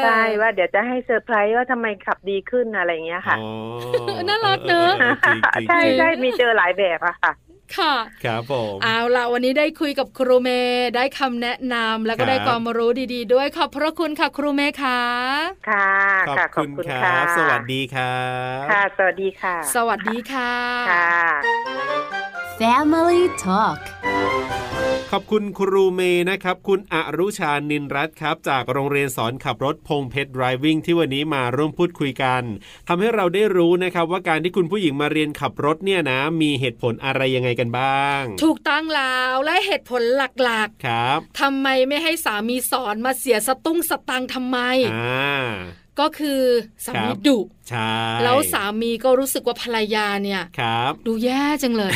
Speaker 1: อ
Speaker 5: ใช่ว่าเดี๋ยวจะให้เซอร์ไพรส์ว่าทำไมขับดีขึ้นอะไรเงี้ยค่ะ
Speaker 2: อ๋อ
Speaker 1: น่ารักเนอะ
Speaker 2: ออจริงๆ
Speaker 5: ใช่
Speaker 2: จริง
Speaker 5: ใช่มีเจอหลายแบบอะค่ะ
Speaker 1: ค่ะ
Speaker 2: ๆครับผม
Speaker 1: เอาล่ะวันนี้ได้คุยกับครูเมย์ได้คำแนะนำแล้วก็ได้
Speaker 2: ครับ
Speaker 1: ความรู้ดีๆ ด้วยขอบพระคุณค่ะ ครูเมย์ค่ะ
Speaker 5: ค่ะ
Speaker 2: ขอบ
Speaker 5: ค่ะ
Speaker 2: คุณครับ สวัสดีครับ
Speaker 5: ค่ะ สวัสดีค่ะ
Speaker 1: สวัสดีค่ะ
Speaker 5: ค่ะ
Speaker 4: Family Talk
Speaker 2: ขอบคุณครูเมย์นะครับ คุณอรุชานินรัตน์ครับ จากโรงเรียนสอนขับรถพงเพชร driving ที่วันนี้มาร่วมพูดคุยกันทำให้เราได้รู้นะครับ ว่าการที่คุณผู้หญิงมาเรียนขับรถเนี่ยนะ มีเหตุผลอะไรยังไงกันบ้าง
Speaker 1: ถูกต้องแล้วและเหตุผลหลัก
Speaker 2: ครับ
Speaker 1: ๆทำไมไม่ให้สามีสอนมาเสียสตุ้งสตังค์ทำไม
Speaker 2: อ่า
Speaker 1: ก็คือสามี
Speaker 2: ครับ
Speaker 1: ดุ
Speaker 2: ใช่
Speaker 1: แล้วสามีก็รู้สึกว่าภรรยาเนี่ย
Speaker 2: ครับ
Speaker 1: ดูแย่จังเลย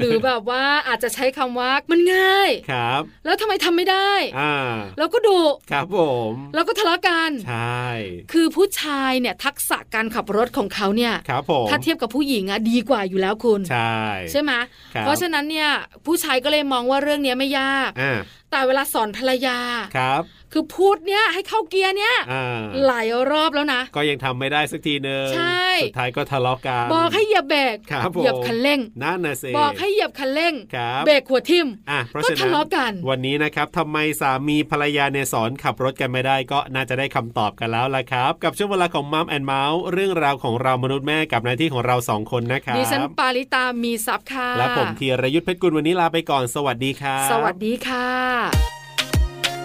Speaker 1: หรือแบบว่าอาจจะใช้คำว่ามันง่าย
Speaker 2: ครับ
Speaker 1: แล้วทำไมทำไม่ได้
Speaker 2: อ่า
Speaker 1: แล้วก็ดุ
Speaker 2: ครับผม
Speaker 1: แล้วก็ทะเลาะกัน
Speaker 2: ใช่
Speaker 1: คือผู้ชายเนี่ยทักษะการขับรถของเขาเนี่ย
Speaker 2: ครับผม
Speaker 1: ถ้าเทียบกับผู้หญิงอะดีกว่าอยู่แล้วคุณ
Speaker 2: ใช่
Speaker 1: ใช่ไหม
Speaker 2: ครับ
Speaker 1: เพราะฉะนั้นเนี่ยผู้ชายก็เลยมองว่าเรื่องเนี้ยไม่ยาก
Speaker 2: อ่า
Speaker 1: แต่เวลาสอนภรรยา
Speaker 2: ครับ
Speaker 1: คือพูดเนี่ยให้เข้าเกียร์เนี่ย
Speaker 2: อ่า
Speaker 1: หลายรอบแล้วนะ
Speaker 2: ก็ยังทำไม่ได้สักทีหนึ่ง
Speaker 1: ใช่
Speaker 2: สุดท้ายก็ทะเลาะกัน
Speaker 1: บอกให้เหยียบเบรก
Speaker 2: ครับผม
Speaker 1: เหยียบคันเร่ง
Speaker 2: นั่นนะสิ
Speaker 1: บอกให้เหยียบคันเร่ง
Speaker 2: ครับ
Speaker 1: เบรกหัวทิ่ม
Speaker 2: อ่ะเพราะ
Speaker 1: ก็
Speaker 2: ฉะนั้
Speaker 1: ทะ
Speaker 2: น
Speaker 1: เลาะกัน
Speaker 2: วันนี้นะครับทำไมสามีภรรยาเนี่ยสอนขับรถกันไม่ได้ก็น่าจะได้คำตอบกันแล้วล่ะครับ กับช่วงเวลาของมัมแอนเมาส์เรื่องราวของเรามนุษย์แม่กับหน้าที่ของเราสองคนนะครับ
Speaker 1: ดิฉันปาริตามีซับค่ะ
Speaker 2: และผมธีรยุทธเพชรกุลวันนี้ลาไปก่อนสวัสดีครับ
Speaker 1: สวัสดีค่ะ